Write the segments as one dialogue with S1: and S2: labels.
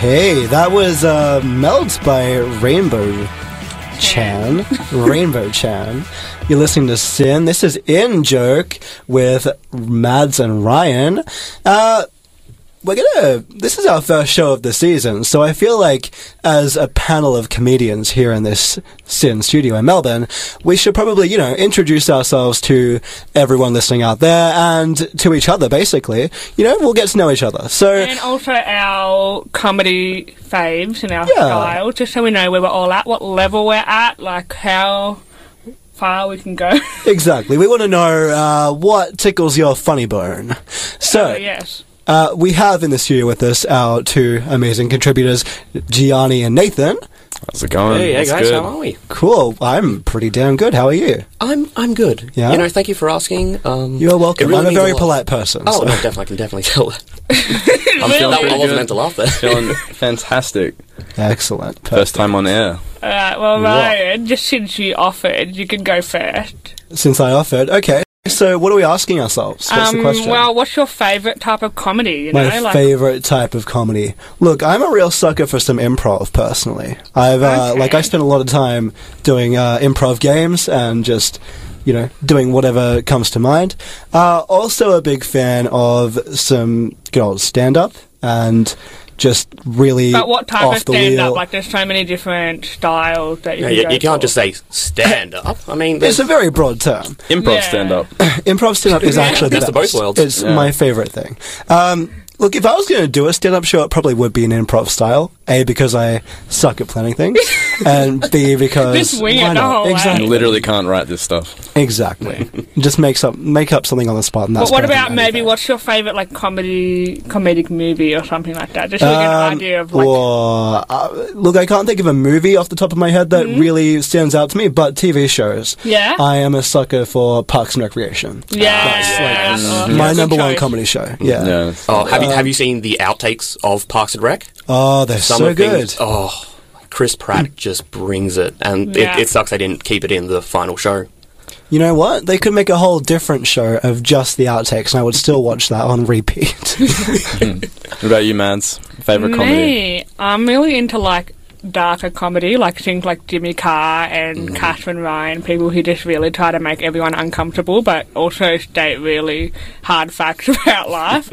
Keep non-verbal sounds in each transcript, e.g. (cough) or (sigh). S1: Hey, that was uh, Melt by Rainbow Chan. Rainbow Chan. You're listening to Sin. This is In Joke with Mads and Ryan. Uh, we're gonna. This is our first show of the season, so I feel like, as a panel of comedians here in this Sin studio in Melbourne, we should probably, you know, introduce ourselves to everyone listening out there and to each other. Basically, you know, we'll get to know each other. So,
S2: And also our comedy faves and our
S1: Yeah.
S2: style, just so we know where we're all at, what level we're at, like how far we can go. (laughs)
S1: Exactly. We want to know uh, what tickles your funny bone.
S2: Oh,
S1: So,
S2: yes.
S1: uh, we have in the studio with us our two amazing contributors, Gianni and Nathan.
S3: How's it going?
S4: Hey, hey
S3: It's
S4: guys,
S3: good.
S4: how are we?
S1: Cool. I'm pretty damn good. How are you?
S4: I'm I'm good.
S1: Yeah?
S4: You know, thank you for asking. Um,
S1: You're welcome.
S4: it really
S1: I'm
S4: means
S1: a very
S4: lot.
S1: polite person.
S4: Oh,
S1: so-
S4: no, definitely, I can
S1: (laughs)
S4: definitely tell. that.
S3: I'm
S2: Really?
S3: feeling
S4: That- I
S3: pretty
S4: wasn't
S3: good.
S4: meant to laugh
S2: (laughs)
S4: there.
S3: Feeling fantastic.
S1: Excellent.
S3: First time on air.
S2: Alright, well, Ryan, just since you offered, you can go first.
S1: Since I offered. Okay. So, what are we asking ourselves? What's the
S2: um,
S1: question?
S2: well, what's your favourite type of comedy? You
S1: my
S2: know, like,
S1: favorite type of comedy. Look, I'm a real sucker for some improv personally. I've uh,
S2: Okay.
S1: like I spend a lot of time doing uh, improv games and just you know doing whatever comes to mind. Uh, also, a big fan of some good old stand up and just really
S2: but what type
S1: off
S2: of
S1: the
S2: stand up?
S1: wheel.
S2: Like, there's so many different styles that you
S4: Yeah,
S2: can
S4: you,
S2: go
S4: you can't
S2: for.
S4: just say stand up. I mean,
S1: it's
S4: there's,
S1: a very broad term.
S3: Improv
S2: Yeah.
S3: stand up.
S1: improv stand up is actually the
S4: Best of both
S1: best.
S4: worlds.
S1: It's
S3: Yeah.
S1: my favorite thing. Um, look, if I was going to do a stand up show, it probably would be an improv style. A because I suck at planning
S2: (laughs)
S1: things, and B because
S2: Just wing it
S1: why
S2: the
S1: not?
S2: whole way.
S3: You
S1: exactly,
S3: literally can't write this stuff.
S1: exactly. Just make some make up something on the spot. And
S2: But
S1: that's
S2: what
S1: better than
S2: about maybe
S1: anything.
S2: what's your favourite like comedy comedic movie or something like that? Just so we get
S1: Um,
S2: an idea of like
S1: or, uh, look, I can't think of a movie off the top of my head that really stands out to me, but TV shows.
S2: Mm-hmm. Yeah?
S1: I am a sucker for Parks and Recreation.
S2: Yeah,
S4: mm,
S1: That's
S2: that's
S1: like
S2: awesome.
S1: my
S2: Good
S1: number one
S2: choice.
S1: comedy show.
S3: Yeah.
S1: Yeah.
S3: it's-
S4: oh, have you have you seen the outtakes of Parks and Rec?
S1: Oh, they're so
S4: of
S1: good.
S4: Things, oh, Chris
S1: (clears throat)
S4: Pratt just brings it, and
S2: Yeah.
S4: it, it sucks they didn't keep it in the final show.
S1: You know what? They could make a whole different show of just the outtakes, and I would still watch that on repeat.
S3: (laughs) What about you, Mads? Favorite comedy?
S2: Me, I'm really into like darker comedy, like things like Jimmy Carr and
S3: Mm.
S2: Catherine Ryan, people who just really try to make everyone uncomfortable, but also state really hard facts (laughs) about
S3: (laughs)
S2: life.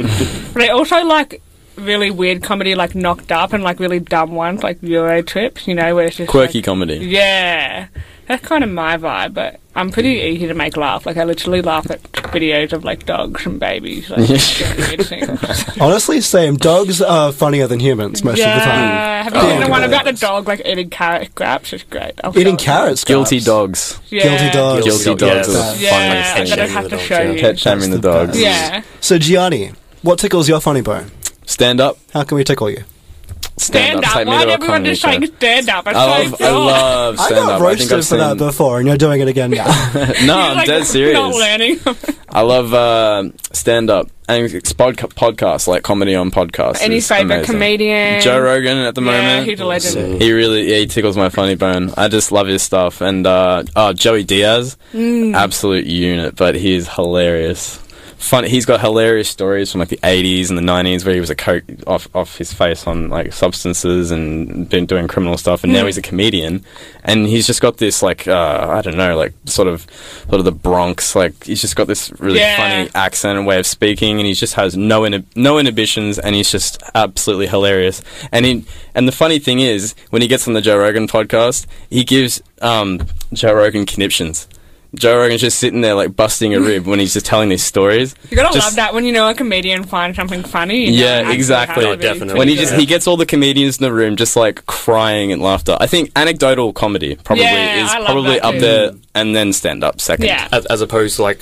S2: but I also like really weird comedy, like Knocked Up, and like really dumb ones, like Euro Trips. You know, where it's just
S3: Quirky
S2: like-
S3: comedy.
S2: Yeah. That's kind of my vibe, but I'm pretty
S3: Mm.
S2: easy to make laugh. Like, I literally laugh at videos of, like, dogs and babies.
S3: (laughs)
S2: Like, doing weird things.
S1: Honestly, same. Dogs are funnier than humans most of the time. Oh,
S2: Have you seen the
S1: Damn.
S2: one about the dog like eating carrot scraps? It's great. I'll
S1: Eating
S2: show it.
S1: carrots.
S3: Guilty
S1: guys.
S3: dogs.
S2: Yeah.
S1: Oh, Guilty dogs.
S3: Guilty dogs are the
S1: Yes.
S2: Yeah,
S3: funniest
S2: that I
S3: thing.
S2: have to
S4: Dogs,
S2: show
S4: yeah.
S2: you.
S3: Pet shaming the
S1: That's the
S3: dogs.
S1: best.
S2: Yeah.
S1: So, Gianni, what tickles your funny bone?
S3: Stand up.
S1: How can we tickle you?
S2: Stand up.
S3: Take me
S2: Why
S3: to a
S2: everyone
S3: comedy
S2: just saying
S3: show.
S2: stand up? (laughs) It's
S3: I
S2: so
S3: love, I
S2: dull.
S3: love
S1: I
S3: stand
S1: got
S3: up. I
S1: roasted
S3: think I've
S1: for that
S3: seen.
S1: before, and you're doing it again now.
S3: (laughs) No,
S2: You're,
S3: I'm
S2: like,
S3: dead serious.
S2: Not learning.
S3: I love uh, stand up and it's pod- podcasts, like comedy on podcasts.
S2: Any
S3: is
S2: favorite
S3: amazing.
S2: comedian?
S3: Joe Rogan at the
S2: Yeah,
S3: moment.
S2: he's a legend.
S3: He really yeah, he tickles my funny bone. I just love his stuff. And uh, oh, Joey Diaz, absolute unit, but he is hilarious. Fun. He's got hilarious stories from like the '80s and the '90s where he was a coke off off his face on like substances and been doing criminal stuff, and now he's a comedian, and he's just got this like uh, I don't know like sort of sort of the Bronx like he's just got this really
S2: Yeah.
S3: funny accent and way of speaking, and he just has no inhi- no inhibitions, and he's just absolutely hilarious. And he, and the funny thing is, when he gets on the Joe Rogan podcast, he gives um, Joe Rogan conniptions. Joe Rogan's just sitting there like busting a rib when he's just telling these stories.
S2: You gotta
S3: Just-
S2: love that when you know a comedian finds something funny. you know
S3: Yeah,
S2: actually
S3: exactly.
S2: how to be
S4: Definitely.
S3: When he
S2: good.
S3: just he gets all the comedians in the room just like crying and laughter. I think anecdotal comedy probably
S2: Yeah,
S3: is
S2: I love
S3: probably
S2: that
S3: up
S2: too.
S3: there, and then stand up second.
S2: Yeah.
S4: As, as opposed to like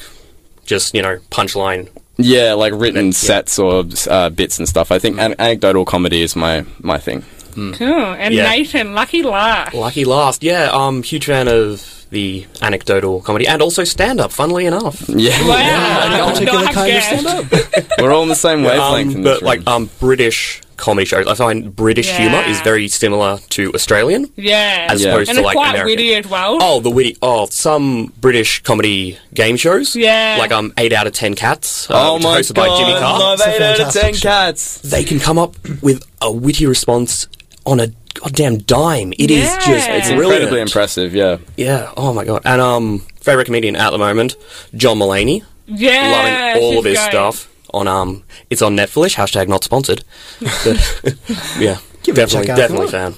S4: just you know punchline.
S3: Yeah, like written sets or uh, bits and stuff. I think an- anecdotal comedy is my my thing.
S2: Cool. And
S4: Yeah.
S2: Nathan, lucky last.
S3: Oh,
S4: Lucky last, yeah. I'm huge fan of the anecdotal comedy and also stand up. Funnily enough,
S3: Yeah,
S2: Wow.
S1: Any
S2: Not
S1: particular kind of
S2: guessed.
S1: stand up?
S3: we're all on the same wavelength.
S4: Um,
S3: in this
S4: but
S3: room.
S4: like um, British comedy shows. I find British
S2: Yeah.
S4: humour is very similar to Australian.
S2: Yeah.
S4: As
S3: Yeah. opposed
S2: and
S4: to,
S2: it's
S4: like,
S2: quite
S4: American.
S2: witty as well.
S4: Oh, the witty! Oh, some British comedy game shows.
S2: Yeah.
S4: like um, eight out of ten cats. uh,
S3: Oh
S4: which is
S3: my
S4: hosted
S3: god!
S4: by Jimmy Carr.
S3: Love
S1: It's a
S3: eight out of
S1: fantastic
S3: ten
S1: show.
S3: cats.
S4: They can come up with a witty response on a goddamn dime. It is
S2: Yeah.
S4: just
S2: It's
S3: It's
S4: brilliant.
S3: incredibly impressive. Yeah.
S4: Yeah. Oh my god. And um, favorite comedian at the moment, John Mulaney.
S2: yeah.
S4: loving all
S2: she's
S4: of his
S2: great.
S4: stuff. On um, it's on Netflix. Hashtag
S2: (laughs)
S4: not sponsored. But, yeah,
S1: Give it a
S4: definitely,
S1: check out if you
S4: definitely
S1: want.
S4: fan.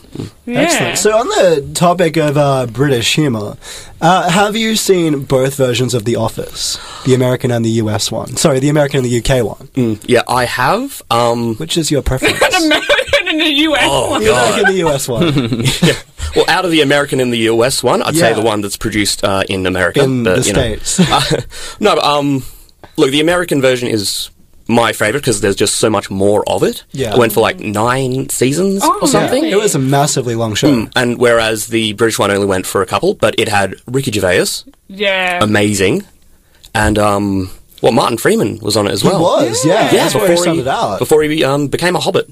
S2: Yeah.
S1: Excellent.
S2: (laughs)
S1: So, on the topic of uh, British humor, uh, have you seen both versions of The Office? The American and the US one? Sorry, the American and the UK one.
S4: Mm, yeah, I have. Um,
S1: Which is your preference?
S2: An American in the US.
S4: oh
S1: the
S4: god.
S1: American and the US
S4: (laughs)
S1: one.
S4: Well, out of the American and the US one, I'd say
S1: Yeah.
S4: the one that's produced uh, in America.
S1: in
S4: but,
S1: the
S4: you know.
S1: States.
S4: Uh, no, but, um, look, the American version is my favorite because there's just so much more of it.
S1: Yeah.
S4: It went for like nine seasons
S2: Oh,
S4: or something.
S1: Yeah, it was a massively long show.
S4: Mm, And whereas the British one only went for a couple, but it had Ricky Gervais,
S2: Yeah.
S4: amazing, and um, well, Martin Freeman was on it as
S1: It
S4: well.
S1: was, yeah.
S4: Yeah,
S1: that's
S4: before
S1: where it started
S4: he,
S1: out.
S4: before he um, became a hobbit.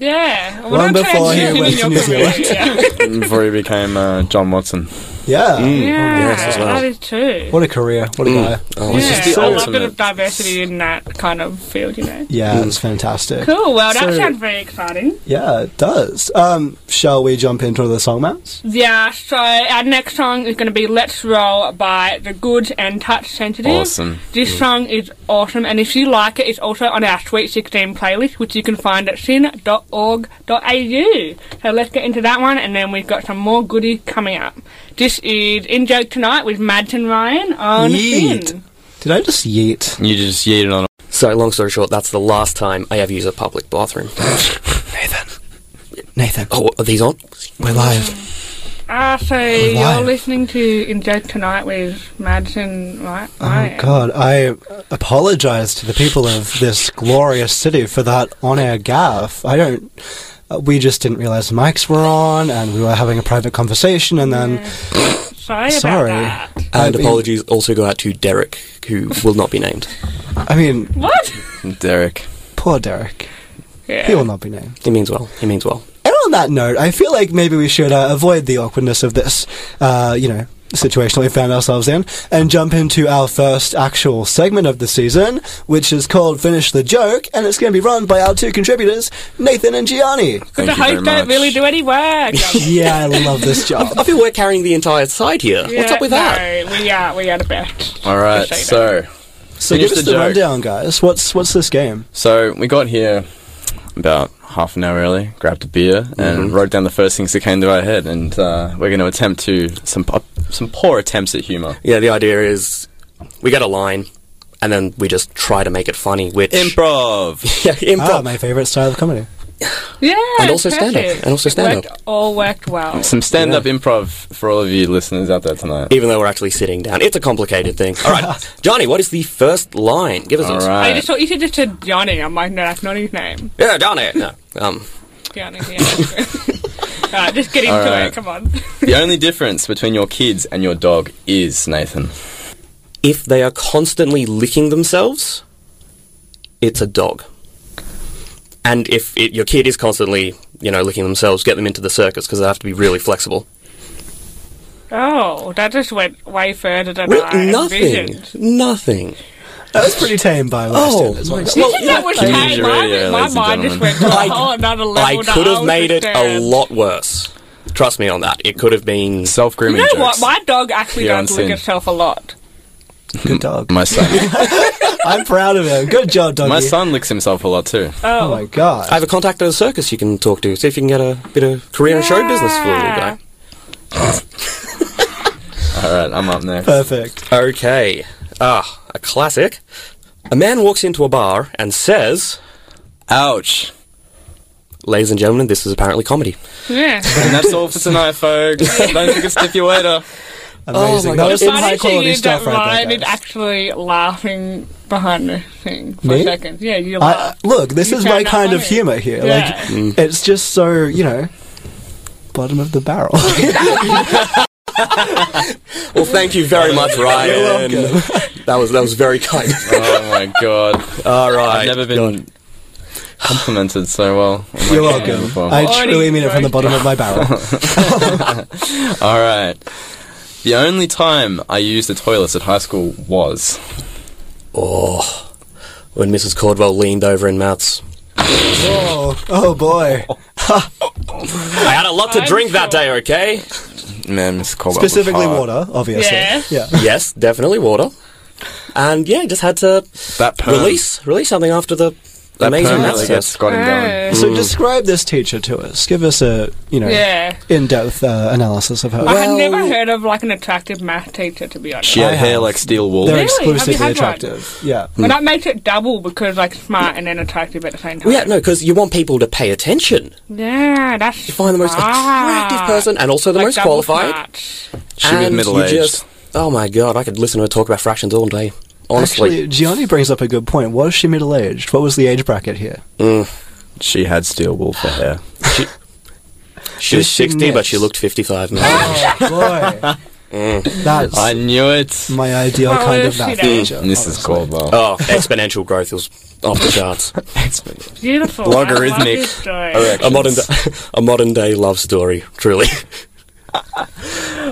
S2: yeah. What
S1: Long
S2: a
S1: before he
S2: transition
S1: went
S2: in
S1: to
S2: your
S1: New
S2: career. Yeah.
S3: Before he became uh, John Watson.
S1: yeah.
S4: Mm.
S1: Oh,
S2: yeah.
S4: as well.
S2: That is true.
S1: What a career. What a guy.
S4: Oh,
S2: yeah.
S4: it's just the
S2: a lot
S3: ultimate.
S2: of diversity in that kind of field, you know.
S1: Yeah,
S4: mm.
S1: it's fantastic.
S2: Cool. Well, that
S1: So-
S2: sounds very exciting.
S1: Yeah, it does. Um, shall we jump into the song maps?
S2: Yeah. So our next song is going to be "Let's Roll" by The Good and Touch Sensitive.
S3: Awesome.
S2: This song is awesome, and if you like it, it's also on our Sweet 16 playlist, which you can find at sin.org.au. So let's get into that one, and then we've got some more goodie coming up. This is In Joke Tonight with Mads and Ryan on
S1: Yeet.
S2: Sin.
S1: Did I just yeet?
S3: You just yeeted on.
S4: So, long story short, that's the last time I ever use a public bathroom.
S1: Nathan.
S4: Oh, are these on?
S1: we're live.
S2: Ah, so
S1: live.
S2: you're listening to In Joke Tonight with Mads and Ry-
S1: Oh,
S2: Ryan.
S1: God. I apologize to the people of this glorious city for that on air gaff. I don't. uh, We just didn't realize the mics were on, and we were having a private conversation, and then
S2: Sorry,
S1: Sorry.
S2: about that.
S1: I
S4: And
S1: mean-
S4: apologies also go out to Derek, who will not be named.
S1: I mean,
S2: What?
S3: Derek.
S1: poor Derek.
S2: Yeah.
S1: He will not be named.
S4: He means well. He means well.
S1: And on that note, I feel like maybe we should uh, avoid the awkwardness of this, uh, you know, situation we found ourselves in, and jump into our first actual segment of the season, which is called Finish the Joke, and it's going to be run by our two contributors, Nathan and Gianni.
S2: But
S3: Thank
S2: the
S3: you very
S2: host don't
S3: much.
S2: really do any
S4: (laughs)
S2: work.
S1: Yeah, (laughs) I love this job.
S4: I feel we're carrying the entire side here. What's up with that?
S2: No, we are, we are the best.
S3: All right.
S2: Just so you
S3: So.
S1: So
S3: Finish
S1: give us
S3: the
S1: the,
S3: joke.
S1: rundown, guys. What's what's this game?
S3: So we got here about half an hour early, grabbed a beer,
S4: Mm-hmm.
S3: and wrote down the first things that came to our head. And uh, we're going to attempt to some po- some poor attempts at humour.
S4: Yeah, the idea is we get a line and then we just try to make it funny, which.
S3: Improv.
S4: (laughs) yeah, improv.
S1: Ah, my favorite style of comedy.
S2: Yeah,
S4: And also stand-up.
S2: perfect.
S4: And also
S2: It
S4: stand-up.
S2: worked- all worked well.
S3: some stand up improv for all of you listeners out there tonight.
S4: even though we're actually sitting down, it's a complicated thing. All right,
S3: (laughs)
S4: Johnny, what is the first line? Give us
S3: All
S4: this.
S2: I
S3: right.
S2: just thought you should just said Johnny. I'm like, no, that's not his name.
S3: (laughs)
S4: Yeah, Johnny. No, um,
S2: Johnny. Yeah.
S4: (laughs)
S2: Alright, just get into it.
S3: Alright.
S2: Come on. (laughs)
S3: The only difference between your kids and your dog is Nathan.
S4: if they are constantly licking themselves, it's a dog. And if it, your kid is constantly, you know, licking themselves, get them into the circus because they have to be really flexible.
S2: Oh, that just went way further than
S4: Re-
S2: I
S4: nothing.
S2: envisioned.
S4: Nothing.
S1: That was pretty tame by last
S4: Oh,
S1: standards.
S4: my
S1: honestly.
S4: God.
S2: Well, that was
S3: Community
S2: tame. My,
S3: radio,
S2: my
S3: ladies and
S2: mind just
S3: gentlemen.
S2: went to oh, a
S4: I-
S2: whole another level.
S4: I
S2: that
S4: could have
S2: was
S4: made it a
S2: disturbed.
S4: lot worse. Trust me on that. It could have been.
S3: Self grooming.
S2: You know what? My dog actually
S3: You're
S2: does lick
S3: unseen.
S2: itself a lot.
S1: Good dog. (laughs)
S3: My son.
S1: I'm proud of him. Good job, doggy.
S3: my son licks himself a lot too.
S1: (laughs) Oh my god.
S4: I have a contact at a circus you can talk to. See if you can get a bit of career and show business for you guy.
S3: All right, I'm up next.
S1: Perfect.
S4: Okay. Ah, a classic. A man walks into a bar and says,
S3: Ouch.
S4: Ladies and gentlemen, this is apparently comedy.
S2: Yeah.
S3: And that's all for
S1: (laughs)
S3: tonight, folks. Don't forget to tip your waiter.
S2: Oh
S1: Amazing.
S4: my
S1: that
S4: God.
S1: was
S2: The
S1: some
S2: funny
S1: high
S2: thing
S1: quality
S2: is
S1: stuff
S2: that
S1: right
S2: Ryan
S1: there.
S2: is
S1: guys.
S2: actually laughing behind the thing for
S1: Me?
S2: a second. Yeah, you
S1: I,
S2: laugh.
S1: look, this
S2: You
S1: is my
S2: found that
S1: kind of
S2: funny.
S1: humor here.
S2: Yeah.
S1: Like, it's just so you know, bottom of the barrel.
S4: Well, thank you very much, Ryan. (laughs) that was that was very kind.
S3: Oh my god.
S4: All
S3: I've never been complimented so well. on my
S1: You're (laughs)
S3: comedy
S1: welcome.
S3: before.
S1: I
S2: Already
S1: truly mean it from the
S2: roasted.
S1: bottom of my barrel.
S2: (laughs)
S3: All right. The only time I used the toilets at high school was.
S4: Oh, when Mrs. Cordwell leaned over in maths.
S1: oh, oh boy.
S4: I had a lot to
S2: I'm
S4: drink that
S2: sure.
S4: day, okay?
S3: Man, Miss Caldwell. was
S1: Specifically
S3: hard.
S1: water, obviously.
S2: Yeah.
S1: Yeah.
S4: yes, definitely water. And yeah, just had to
S3: That perm,
S4: release release something after the
S3: That
S4: amazing
S3: perm
S4: maths
S3: really gets
S4: test.
S3: Scott and going.
S2: Yeah.
S1: So describe this teacher to us. Give us a, you know,
S2: Yeah.
S1: in-depth uh, analysis of her.
S2: I had never
S4: Well-
S2: heard of like an attractive math teacher to be honest.
S3: She had
S1: I
S3: hair
S1: have.
S3: like steel wool.
S1: They're
S2: Really? Have you
S1: exclusively
S2: had one?
S1: attractive. Yeah.
S2: But that makes it double because like smart and then attractive at the same time.
S4: Well, yeah, no, because you want people to pay attention.
S2: Yeah, that's
S4: You find the most attractive person and also the
S2: Ah. Like
S4: most
S2: double
S4: qualified.
S2: smart.
S3: She was
S4: and
S3: middle-aged.
S4: you just- Oh my god, I could listen to her talk about fractions all day. Honestly,
S1: Actually, Gianni brings up a good point. Was she middle-aged? What was the age bracket
S2: (laughs)
S1: here?
S3: She had steel wool for hair.
S4: she
S1: is
S4: was
S1: she
S4: 60, but
S1: mixed?
S4: she looked 55 now.
S1: Oh, (laughs) boy. Mm. That's
S3: I knew it.
S1: my ideal
S2: Well,
S1: kind of
S2: she
S1: math
S2: does.
S1: teacher.
S3: And this is Caldwell.
S4: oh, exponential growth was off the charts.
S2: Beautiful.
S3: Logarithmic.
S2: I love this story.
S4: a modern da- a modern day love story, truly.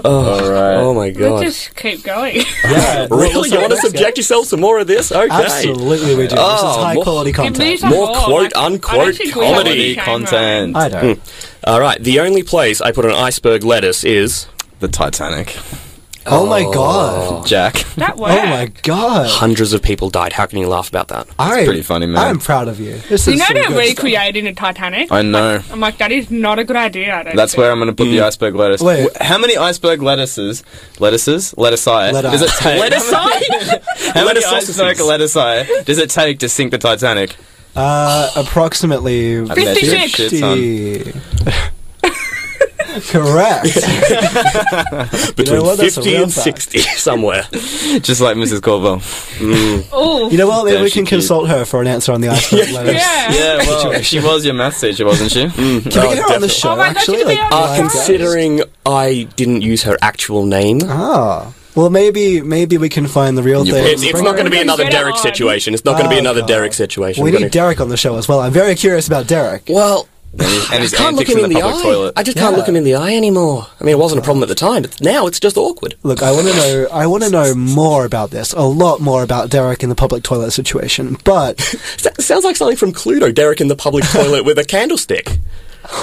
S3: All right.
S4: Oh my
S2: Let's
S4: god.
S2: just keep going.
S1: Yeah.
S4: Really? You want to subject yourself to more of this? Okay.
S1: Absolutely, we do. this is
S4: Oh,
S1: high
S4: more-
S1: quality
S2: Give me
S1: content.
S2: some
S4: More quote,
S2: I don't
S4: unquote
S2: think we have
S3: Comedy
S2: any camera.
S3: content.
S1: I don't.
S4: All right. The only place I put an iceberg lettuce is
S3: The Titanic.
S1: Oh my god.
S3: Jack.
S2: That worked.
S1: Oh my god.
S4: hundreds of people died. How can you laugh about that?
S1: I'm
S3: pretty funny, man.
S1: I'm proud of you. This
S2: You
S1: is
S2: know
S1: some
S2: they're
S1: good
S2: recreating the Titanic.
S3: I know.
S2: I'm like, that is not a good idea. I don't
S3: That's
S2: think.
S3: where I'm going to put the iceberg lettuce.
S1: Wait.
S3: Wh- How many iceberg lettuces? Lettuces? Lettucei?
S1: Leti.
S3: Does it take?
S4: Lettuce?
S3: How many
S4: Lettuce sausages.
S3: iceberg lettucei does it take to sink the Titanic?
S1: stuff. Uh, approximately
S3: I bet you
S2: 56.
S3: shit's on.
S1: 50. Correct.
S4: Between
S1: what? That's a
S4: 50
S1: real
S4: and
S1: fact.
S4: 60 (laughs) somewhere.
S3: Just like Mrs. Corville.
S2: Oh,
S1: You know what? Maybe
S3: Damn,
S1: we
S3: she
S1: can
S3: cute.
S1: consult her for an answer on the iceberg lettuce.
S2: (laughs) yeah.
S3: Yeah, well, she was your maths teacher, wasn't she?
S1: Can we get her on the
S4: Oh, definitely.
S1: show,
S2: Oh my God,
S1: actually?
S2: she could be on
S4: Uh,
S1: live guest?
S4: considering I didn't use her actual name,
S1: Ah. Well, maybe maybe we can find the real
S3: You
S1: thing.
S3: put-
S4: it's, it's not going to be
S2: Bring
S4: another
S2: it
S4: Derek
S2: on.
S4: situation. It's not going to be
S3: Ah,
S1: Oh,
S4: another
S1: God.
S4: Derek situation.
S1: we
S4: We're
S1: need
S4: gonna-
S1: Derek on the show as well. I'm very curious about Derek.
S4: Well,
S3: And his
S4: I can't look
S3: antics
S4: him
S3: in
S4: in,
S3: the
S4: the,
S3: public
S4: eye.
S3: toilet.
S4: I just can't look
S1: Yeah.
S4: him in the eye anymore. I mean, it wasn't a problem at the time, but now it's just awkward.
S1: Look, I want to know. I want to know more about this. A lot more about Derek in the public toilet situation. But
S4: S- sounds like something from Cluedo. Derek in the (laughs) public toilet with a candlestick.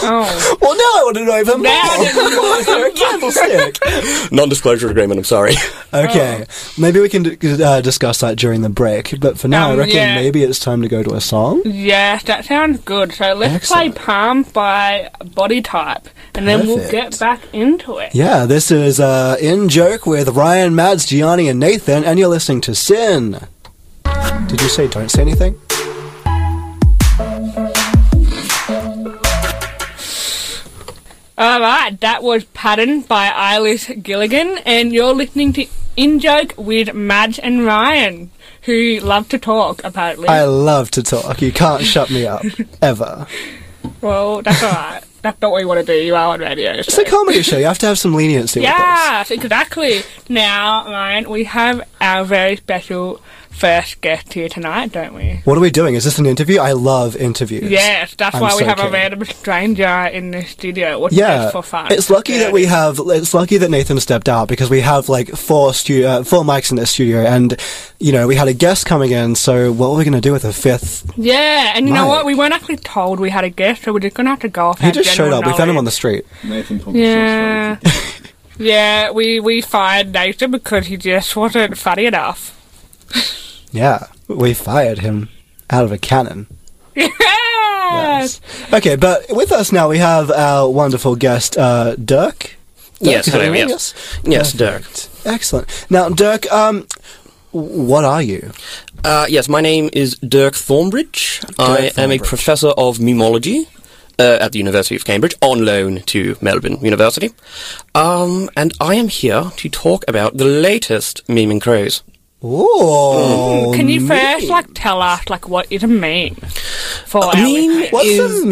S2: oh.
S1: well, now I want to know even
S2: Now I
S1: more. Is there a candlestick?
S4: (laughs) Non-disclosure agreement. I'm sorry.
S1: Okay, maybe we can d- uh, discuss that during the break. But for now, I
S2: Um,
S1: reckon
S2: yeah.
S1: maybe it's time to go to a song.
S2: Yes, that sounds good. So let's
S1: Excellent.
S2: play Palm by Body Type, and then we'll
S1: Perfect.
S2: get back into it.
S1: Yeah, this is uh, In Joke with Ryan, Mads, Gianni, and Nathan, and you're listening to Sin. Did you say don't say anything?
S2: All right, that was Pattern by Eilish Gilligan, and you're listening to In Joke with Madge and Ryan, who love to talk, apparently.
S1: I love to talk. You can't shut me up. Ever.
S2: well, that's all right. that's not what you want to do. You are on radio.
S1: It's
S2: so.
S1: a comedy show. You have to have some leniency with
S2: Yes, exactly. Now, Ryan, we have our very special first guest here tonight, don't we?
S1: this. What are we doing? Is this an interview? I love interviews.
S2: Yes, that's
S1: I'm
S2: why we
S1: so
S2: have a
S1: keen.
S2: random stranger in the studio. What's
S1: Yeah,
S2: just for fun?
S1: it's lucky that we have. It's lucky that Nathan stepped out because we have like four stu- uh, four mics in this studio, and you know we had a guest coming in. So what are we going to do with a fifth?
S2: Yeah, and you know
S1: Right.
S2: what? We weren't actually told we had a guest, so we're just gonna have to go off.
S1: He just showed up. We found him on the street.
S5: Nathan pulled
S2: Yeah.
S5: the short straw.
S2: (laughs) Yeah, we we fired Nathan because he just wasn't funny enough. (laughs)
S1: Yeah, we fired him out of a cannon.
S2: Yes.
S1: Okay, but with us now we have our wonderful guest, uh, Dirk.
S4: (laughs)
S1: Dirk, is
S4: Yes,
S1: that
S4: hello,
S1: your name?
S4: yes. Yes, Derek.
S1: Excellent. Now, Dirk, um, what are you?
S4: Uh, yes, my name is Dirk Thornbridge. I am a
S1: Thornbridge.
S4: professor of mimology uh, at the University of Cambridge, on loan to Melbourne University. Um, and I am here to talk about the latest meme and crows.
S1: Oh,
S2: Mm, Can you first like tell us like what is a meme? For our
S4: meme-
S2: listeners?
S1: What's
S4: is-
S1: a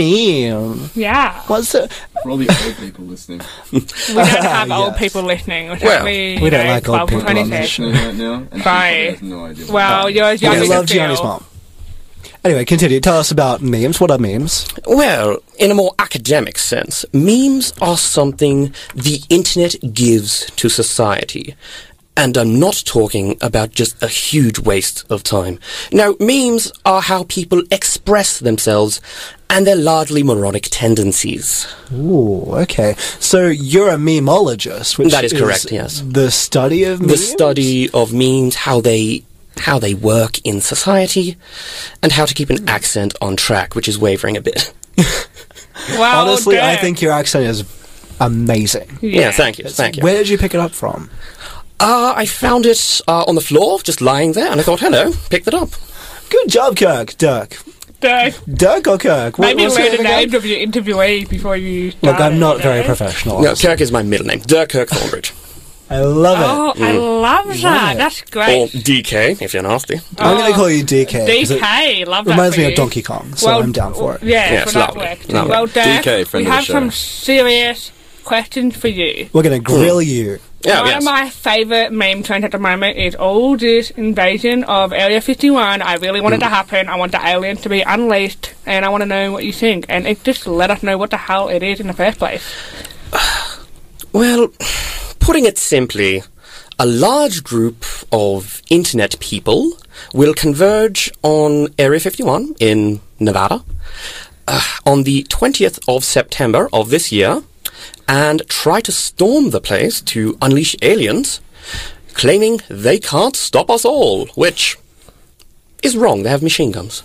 S1: meme?
S2: yeah,
S1: What's a?
S5: For all the old people listening,
S2: we
S1: (laughs)
S2: don't have old
S1: Yes.
S2: people listening. Which
S4: Well,
S2: we,
S1: we
S2: you
S1: don't
S2: know,
S1: like old
S2: 12 to
S1: people on
S2: 26.
S1: this
S5: listening right now, and she
S2: Sorry.
S5: probably has no idea. what
S2: Well,
S5: that
S2: you're as young
S1: we
S2: as
S1: love
S2: Phil.
S1: Gianni's mom. Anyway, continue. Tell us about memes. What are memes?
S4: Well, in a more academic sense, memes are something the internet gives to society. And I'm not talking about just a huge waste of time. Now, memes are how people express themselves and their largely moronic tendencies.
S1: Ooh, okay. So you're a memologist, which
S4: That is correct, yes.
S1: The study of memes?
S4: The study of memes, how they how they work in society, and how to keep an accent on track, which is wavering a bit. (laughs)
S2: Wow,
S1: Honestly, I
S2: Oh, damn.
S1: think your accent is amazing.
S4: Yeah, thank you, thank you.
S1: Where did you pick it up from?
S4: Uh, I found it uh, on the floor, just lying there, and I thought, hello, picked it up.
S1: Good job, Kirk. Dirk.
S2: Dirk,
S1: Dirk or Kirk? What-
S2: maybe
S1: what's your
S2: learn the
S1: name again?
S2: names of your interviewee before you.
S1: Look,
S2: start
S1: I'm
S2: it,
S1: not
S2: you
S1: very
S2: know?
S1: professional.
S4: No, Kirk is my middle name. Dirk Kirk Thornbridge.
S1: I love it.
S2: Oh, I
S1: Mm.
S2: love that. That's
S4: or
S2: great.
S1: Oh,
S4: DK, if you're nasty.
S1: I'm
S2: oh.
S1: going to call you DK. 'cause it
S2: DK, love that.
S1: reminds
S2: for
S1: me of
S2: you.
S1: Donkey Kong, so I'm down for it.
S2: Yeah,
S4: Yeah,
S2: so
S4: it's
S2: that
S4: lovely,
S2: worked.
S4: lovely.
S2: Well, Dirk,
S3: DK, friend
S2: we
S3: of the
S2: have
S3: show.
S2: some serious questions for you.
S1: We're
S4: Hmm.
S1: going to grill you.
S4: Yeah,
S2: One
S4: yes.
S2: of my favourite meme trends at the moment is all this invasion of Area 51. I really want it
S1: Mm.
S2: to happen. I want the aliens to be unleashed, and I want to know what you think. And it just let us know what the hell it is in the first place.
S4: Well, putting it simply, a large group of internet people will converge on Area 51 in Nevada uh, on the 20th of September of this year and try to storm the place to unleash aliens, claiming they can't stop us all, which is wrong. They have machine guns.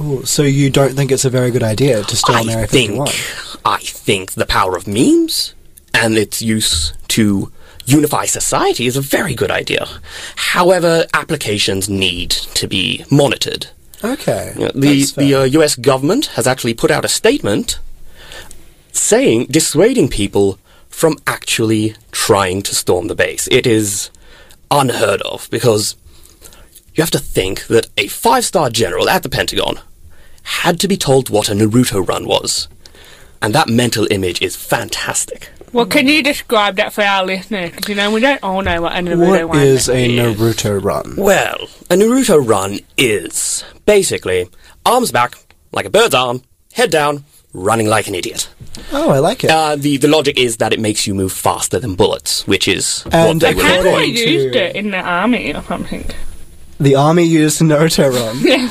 S1: Ooh, so you don't think it's a very good idea to steal
S4: I
S1: Area
S4: think
S1: 51?
S4: I think the power of memes and its use to unify society is a very good idea. However, applications need to be monitored.
S1: Okay.
S4: You know, the
S1: that's
S4: the
S1: fair.
S4: uh, U.S. government has actually put out a statement saying dissuading people from actually trying to storm the base. It is unheard of because you have to think that a five-star general at the Pentagon had to be told what a Naruto run was, and that mental image is fantastic.
S2: Well, can you describe that for our listeners? 'Cause, you know, we don't all know what a Naruto
S1: what
S2: one
S1: is a Naruto run?
S4: Well, a Naruto run is basically arms back like a bird's arm, head down, running like an idiot.
S1: Oh, I like it.
S4: Uh, the the logic is that it makes you move faster than bullets, which is
S1: And
S4: what they
S1: a
S4: would
S1: cat-
S2: How they
S4: employ.
S1: According to-
S2: used it in the army or something?
S1: the army used Naruto run.
S2: Yeah.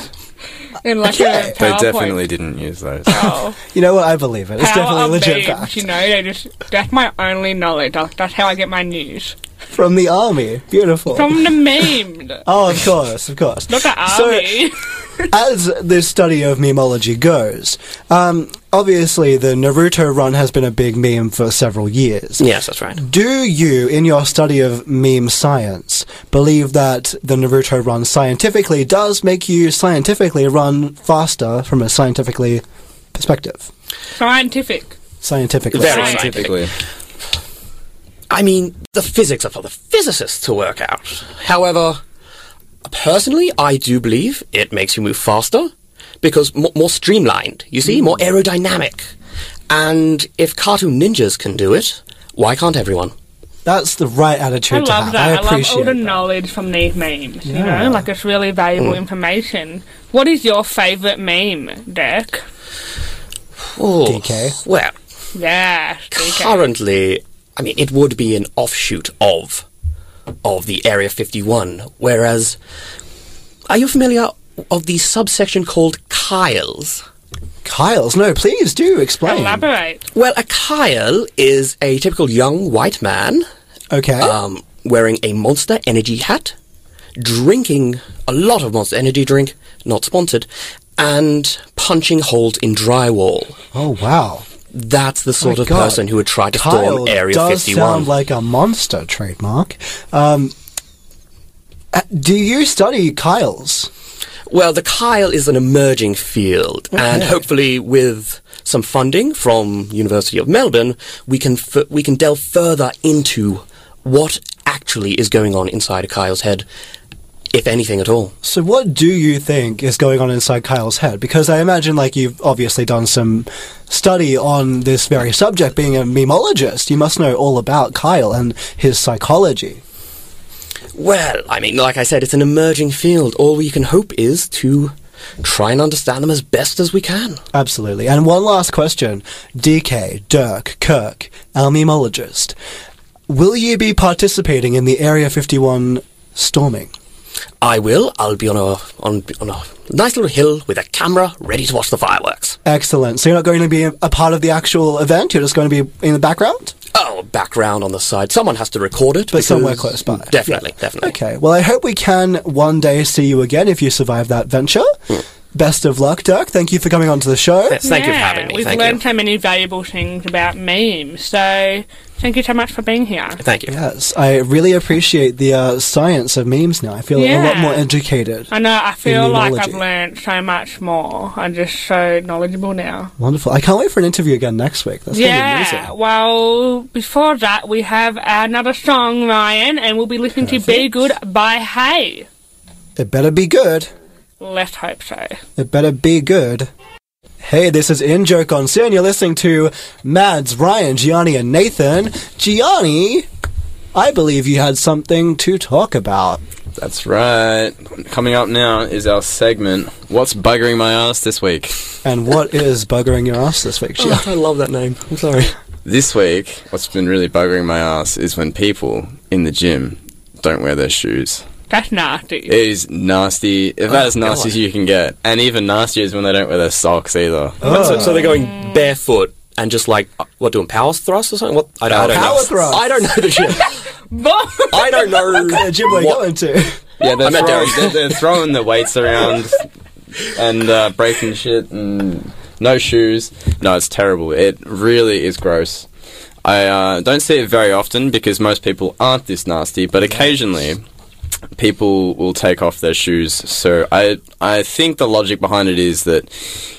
S1: (laughs)
S2: In like
S1: Okay.
S2: a PowerPoint.
S3: They definitely didn't use those.
S5: (laughs)
S2: Oh.
S1: you know what? I believe it. It's
S2: Power
S1: definitely a
S2: of
S1: legit
S2: memes,
S1: fact.
S2: You know, they just, that's my only knowledge. Like, That's how I get my news.
S1: From the army. Beautiful.
S2: From
S1: (laughs)
S2: the meme.
S1: Oh, of course, of course.
S2: Not the
S1: So,
S2: army. (laughs)
S1: as the study of memology goes, um, obviously the Naruto run has been a big meme for several years.
S4: Yes, that's right.
S1: Do you, in your study of meme science, believe that the Naruto run scientifically does make you scientifically run faster from a scientifically perspective?
S2: Scientific.
S1: Scientifically.
S4: Very
S2: Scientific.
S3: Typically.
S4: I mean, the physics are for the physicists to work out. However, personally, I do believe it makes you move faster because mo- more streamlined, you see, more aerodynamic. And if cartoon ninjas can do it, why can't everyone?
S1: That's the right attitude
S2: I
S1: to
S2: love
S1: have.
S2: that. I,
S1: I
S2: love
S1: appreciate
S2: all the
S1: that.
S2: knowledge from these memes. You
S1: Yeah.
S2: know, like it's really valuable information. What is your favourite meme, Dirk?
S4: Oh,
S1: DK.
S4: Well,
S2: Yeah.
S4: currently, I mean, it would be an offshoot of of the Area 51. Whereas, are you familiar of the subsection called Kyles?
S1: Kyle's, no, please do explain.
S2: Elaborate.
S4: Well, a Kyle is a typical young white man
S1: Okay.
S4: um, wearing a Monster Energy hat, drinking a lot of Monster Energy drink, not sponsored, and punching holes in drywall.
S1: oh, wow.
S4: That's the sort
S1: My
S4: of
S1: God.
S4: person who would try to
S1: Kyle
S4: storm Area
S1: does
S4: 51.
S1: sound like a monster trademark. Um, uh, do you study Kyle's?
S4: Well, the Kyle is an emerging field, and hopefully, with some funding from University of Melbourne, we can f- we can delve further into what actually is going on inside a Kyle's head, if anything at all.
S1: So, what do you think is going on inside Kyle's head? Because I imagine, like, you've obviously done some study on this very subject. Being a memologist, you must know all about Kyle and his psychology.
S4: Well, I mean, like I said, it's an emerging field. All we can hope is to try and understand them as best as we can.
S1: Absolutely. And one last question. DK, Dirk, Kirk, our memologist, will you be participating in the Area 51 storming?
S4: I will. I'll be on a on on a nice little hill with a camera ready to watch the fireworks.
S1: Excellent. So you're not going to be a a part of the actual event, you're just going to be in the background?
S4: Oh, background on the side. Someone has to record it.
S1: But somewhere
S4: because-
S1: close by.
S4: Definitely, definitely.
S1: Okay. Well, I hope we can one day see you again if you survive that venture. Best of luck, Dirk. Thank you for coming onto the show.
S4: Yes, thank you for
S2: Yeah,
S4: having me.
S2: We've
S4: Thank
S2: learned
S4: you.
S2: so many valuable things about memes. So thank you so much for being here.
S4: Thank you.
S1: Yes, I really appreciate the uh, science of memes now. I feel a lot
S2: Yeah.
S1: more educated.
S2: I know. I feel like I've
S1: Immunology.
S2: learned so much more. I'm just so knowledgeable now.
S1: Wonderful. I can't wait for an interview again next week. That's going to be
S2: yeah.
S1: amazing.
S2: Well, before that, we have another song, Ryan, and we'll be listening to "Be Good" by Hey.
S1: It better be good.
S2: Let's hope so.
S1: It better be good. Hey, this is In Joke on Sin. You're listening to Mads, Ryan, Gianni, and Nathan. Gianni, I believe you had something to talk about.
S3: That's right. Coming up now is our segment. What's buggering my ass this week?
S1: And
S2: (laughs)
S1: what is buggering your ass this week, Gianni?
S4: (laughs) I love that name. I'm sorry.
S3: This week, what's been really buggering my ass is when people in the gym don't wear their shoes.
S2: That's nasty.
S3: It is nasty. If that
S4: Oh,
S3: as nasty
S4: God.
S3: as you can get, and even nastier is when they don't wear their socks either.
S1: Oh.
S4: So, so they're going barefoot and just like uh, what doing power thrusts or something? What I don't, I don't
S1: Power
S4: know.
S1: thrusts.
S4: I don't know the gym. I don't know
S1: (laughs) The gym we're
S4: what-
S1: going to.
S3: Yeah, they're,
S4: I
S3: throwing,
S4: meant Derek.
S3: they're, they're throwing the weights around and uh, breaking shit and no shoes. No, it's terrible. It really is gross. I uh, don't see it very often because most people aren't this nasty, but occasionally people will take off their shoes. So I I think the logic behind it is that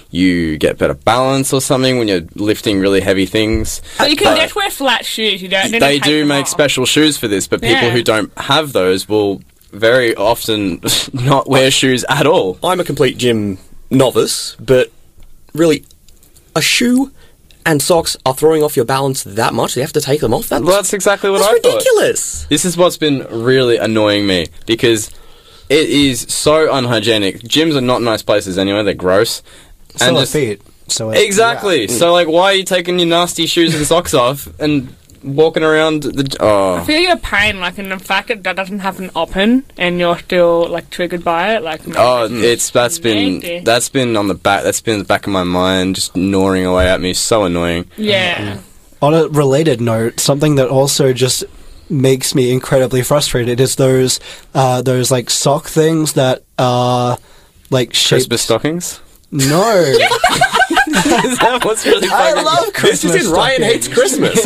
S3: you get better balance or something when you're lifting really heavy things.
S2: (laughs) But you can
S3: But-
S2: just wear flat shoes. You don't. need to
S3: they
S2: take
S3: do
S2: them
S3: make
S2: off.
S3: special shoes for this, but people
S2: Yeah.
S3: who don't have those will very often (laughs) not wear shoes at all.
S4: I'm a complete gym novice, but really, a shoe and socks are throwing off your balance that much. You have to take them off. That
S3: Well, that's exactly what
S4: that's
S3: I thought.
S4: ridiculous.
S3: This is what's been really annoying me because it is so unhygienic. Gyms are not nice places anyway; they're gross.
S1: So are
S3: just-
S1: feet. So are-
S3: Exactly. So, like, why are you taking your nasty shoes and socks off and walking around the?
S2: I
S3: Oh,
S2: feel your pain, like in the fact that that doesn't happen often, and you're still like triggered by it. Like,
S3: oh, it's that's
S2: Nasty.
S3: been that's been on the back. That's been in the back of my mind, just gnawing away at me. So annoying.
S2: yeah.
S1: On a related note, something that also just makes me incredibly frustrated is those uh, those like sock things that are like shaped.
S3: Christmas stockings.
S1: No,
S3: (laughs) Is that what's really
S1: I
S3: bugging
S1: love
S3: you?
S1: Christmas.
S4: This is in Ryan
S1: stockings.
S4: hates Christmas.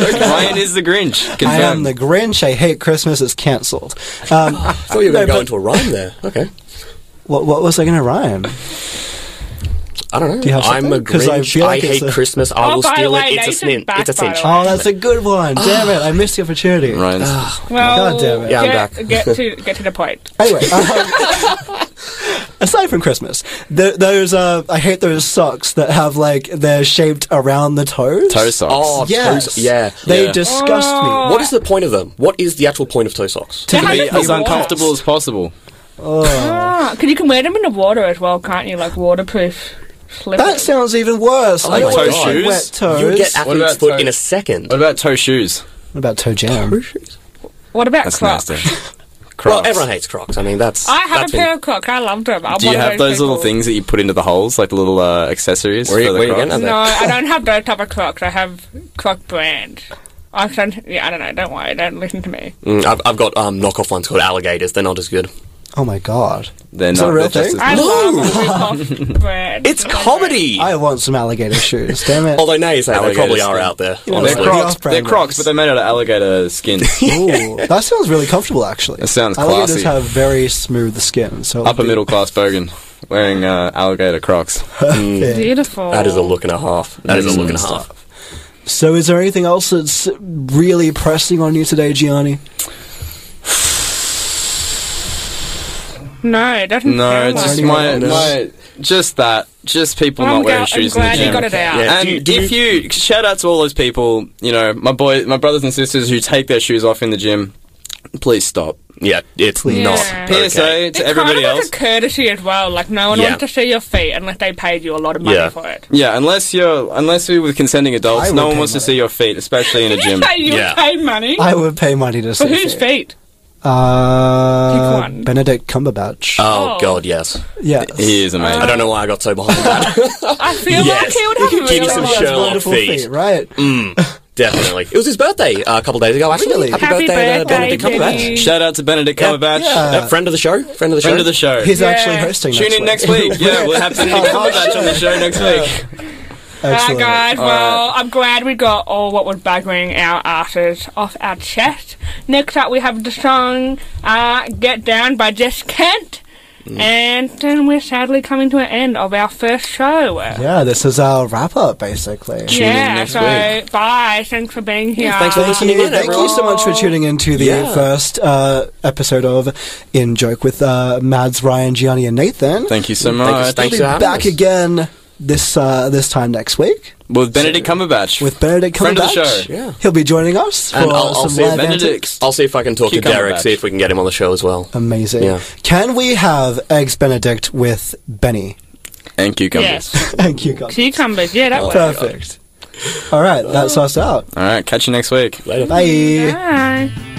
S3: (laughs) Okay, Ryan is the Grinch.
S1: I am
S3: Confirmed.
S1: the Grinch. I hate Christmas. It's cancelled. Um, (laughs)
S4: I thought you were going to
S1: No,
S4: go
S1: but-
S4: into a
S1: (laughs)
S4: rhyme there. Okay.
S1: what, what was I going to rhyme?
S4: I don't know.
S1: you have
S4: I'm a
S1: something? 'Cause
S4: Grinch.
S1: I
S4: I,
S1: feel like it's
S4: hate
S1: a-
S4: Christmas. I
S2: Oh,
S4: will
S2: by the
S4: steal
S2: way,
S4: it. It's a
S2: Nathan
S4: sin. It's a sin.
S2: backfired on
S1: Oh, that's a good one. Damn it! I missed the opportunity.
S3: Ryan's
S2: Well,
S1: God damn it.
S4: Yeah, I'm
S2: get,
S4: back.
S2: get
S3: (laughs)
S2: to get to the point.
S1: Anyway, (laughs) um, aside from Christmas, th those uh, I hate those socks that have like they're shaped around the toes.
S3: toe socks.
S4: Oh,
S1: Yes.
S4: toes- yeah.
S1: They
S3: Yeah.
S1: disgust me.
S4: What is the point of them? What is the actual point of toe socks?
S2: To
S3: to be
S2: have it
S3: as
S2: be
S3: uncomfortable as possible.
S1: Oh.
S2: Because Ah, you can wear them in the water as well, can't you? Like waterproof slippers.
S1: That sounds even
S3: Oh
S1: worse. I
S4: my
S1: don't
S4: toe
S1: want to see
S3: shoes?
S1: wet toes.
S4: You get
S3: What about
S4: athlete's foot in
S3: toe-
S4: a second.
S3: What about toe shoes?
S1: what about toe jam?
S2: what about
S3: That's
S2: Crocs? (laughs)
S3: nasty.
S4: Well,
S3: Crocs.
S4: everyone hates Crocs. I mean, that's.
S2: I have
S4: that's
S2: a pair
S4: been-
S2: of Crocs. I love them. I'm
S3: Do you
S2: one of
S3: have those little
S2: people.
S3: things that you put into the holes, like the little uh, accessories?
S4: Where you-
S3: for the
S4: where you
S3: Crocs?
S4: getting
S2: No, I don't have those type of Crocs. I have Croc brand. I don't. Yeah, I don't know. Don't worry. Don't listen to me.
S4: Mm, I've, I've got um, knockoff ones called alligators. They're not as good.
S1: Oh my god!
S3: They're
S1: Is
S3: not.
S1: that a real
S3: they're
S1: thing?
S3: Just
S2: I love
S1: (laughs)
S2: the Croc brand.
S4: It's comedy.
S1: I want some alligator shoes. Damn it!
S4: Although nay, say they
S3: Alligators.
S4: probably are out there.
S1: Yeah,
S3: they're
S1: Like
S4: Honestly,
S1: the
S3: Crocs.
S1: off-brand
S3: They're Crocs,
S1: ones.
S3: but they're made out of alligator skin.
S1: (laughs) Ooh, that sounds really comfortable, actually.
S3: That sounds
S1: Alligators
S3: classy.
S1: have very smooth skin, so
S3: Upper middle class bogan wearing uh, alligator Crocs.
S2: Beautiful.
S4: that is a look and a half. That is a look and a
S3: Mm.
S4: half.
S1: So, is there anything else that's really pressing on you today, Gianni?
S2: No, it doesn't.
S3: No,
S2: sound
S3: just
S2: like it.
S3: my,
S1: Anyone
S3: my, just that, just people
S2: I'm,
S3: not wearing
S2: glad- I'm
S3: shoes in the
S2: glad
S3: gym.
S2: you got it out.
S4: Yeah.
S3: And
S4: Do you- do
S3: if you, shout out to all those people, you know, my boy, my brothers and sisters who take their shoes off in the gym, please stop.
S4: Yeah, it's
S1: Please.
S4: not.
S2: Yeah.
S4: okay.
S3: PSA to
S2: it's
S3: everybody
S2: kind of like
S3: else.
S2: a courtesy as well. Like no one
S4: Yeah.
S2: wants to see your feet unless they paid you a lot of money
S4: Yeah.
S2: for it.
S3: Yeah, unless you're unless you're with consenting adults,
S1: I would
S3: no one
S1: pay
S3: wants to
S1: money.
S3: see your feet, especially in
S2: (laughs)
S3: a
S2: You
S3: gym.
S2: say you
S4: Yeah.
S2: paid money
S1: I would pay money to
S2: for
S1: see
S2: whose
S1: it.
S2: feet?
S1: Uh,
S2: Pick one.
S1: Benedict Cumberbatch.
S4: Oh,
S2: Oh.
S4: God, yes.
S1: yes.
S3: He is amazing.
S4: I don't know why I got so behind that.
S2: I feel
S4: Yes.
S2: like he would have
S4: Give you
S2: really
S4: some
S2: nice-
S4: show. Sherlock
S1: wonderful
S4: feet. Mm.
S1: feet, right?
S4: Definitely. It was his birthday uh, a couple days ago, actually.
S1: Really?
S4: Happy,
S2: Happy
S4: birthday, to
S2: birthday,
S4: Benedict Cumberbatch.
S2: Benny.
S3: Shout out to Benedict
S4: Yeah.
S3: Cumberbatch,
S1: Yeah.
S4: Uh, friend of the show. Friend of the show.
S3: friend of the show.
S1: He's
S2: Yeah.
S1: actually hosting.
S3: Tune in next week. Yeah, we'll have Benedict
S1: Oh,
S3: Cumberbatch on the show next week.
S2: Alright
S1: Excellent.
S2: guys,
S3: All
S2: well, I'm glad we got all what was bugging our asses off our chest. Next up, we have the song uh, Get Down by Jess Kent. And then we're sadly coming to an end of our first show.
S1: Yeah, this is our wrap up, basically.
S3: Tune in
S2: Yeah,
S3: next
S2: so
S3: week.
S2: bye. Thanks for being here.
S4: thanks for
S1: Thank
S4: listening
S1: you,
S4: in,
S1: thank you so much for tuning in to the
S4: Yeah.
S1: first uh, episode of In Joke with uh, Mads, Ryan, Gianni, and Nathan.
S3: Thank you so
S4: you-
S3: much.
S1: we'll
S4: thanks
S1: be
S4: for having
S1: back
S4: us.
S1: again this uh, this time next week
S3: With Benedict Cumberbatch.
S1: with Benedict Cumberbatch.
S3: Friend of the show.
S4: Yeah.
S1: He'll be joining us for
S4: And I'll- I'll
S1: some
S4: see
S1: live
S3: Benedict.
S1: antics.
S4: I'll see if I can talk
S3: Cucumber
S4: to Derek,
S3: batch.
S4: see if we can get him on the show as well.
S1: Amazing.
S4: Yeah.
S1: Can we have eggs Benedict with Benny? (laughs)
S3: and cucumbers.
S2: Yes.
S1: Thank you, guys.
S2: Cucumbers, yeah, that was
S1: Perfect. All right, that's us out.
S3: All right, catch you next week.
S4: Later.
S1: Bye.
S2: Bye.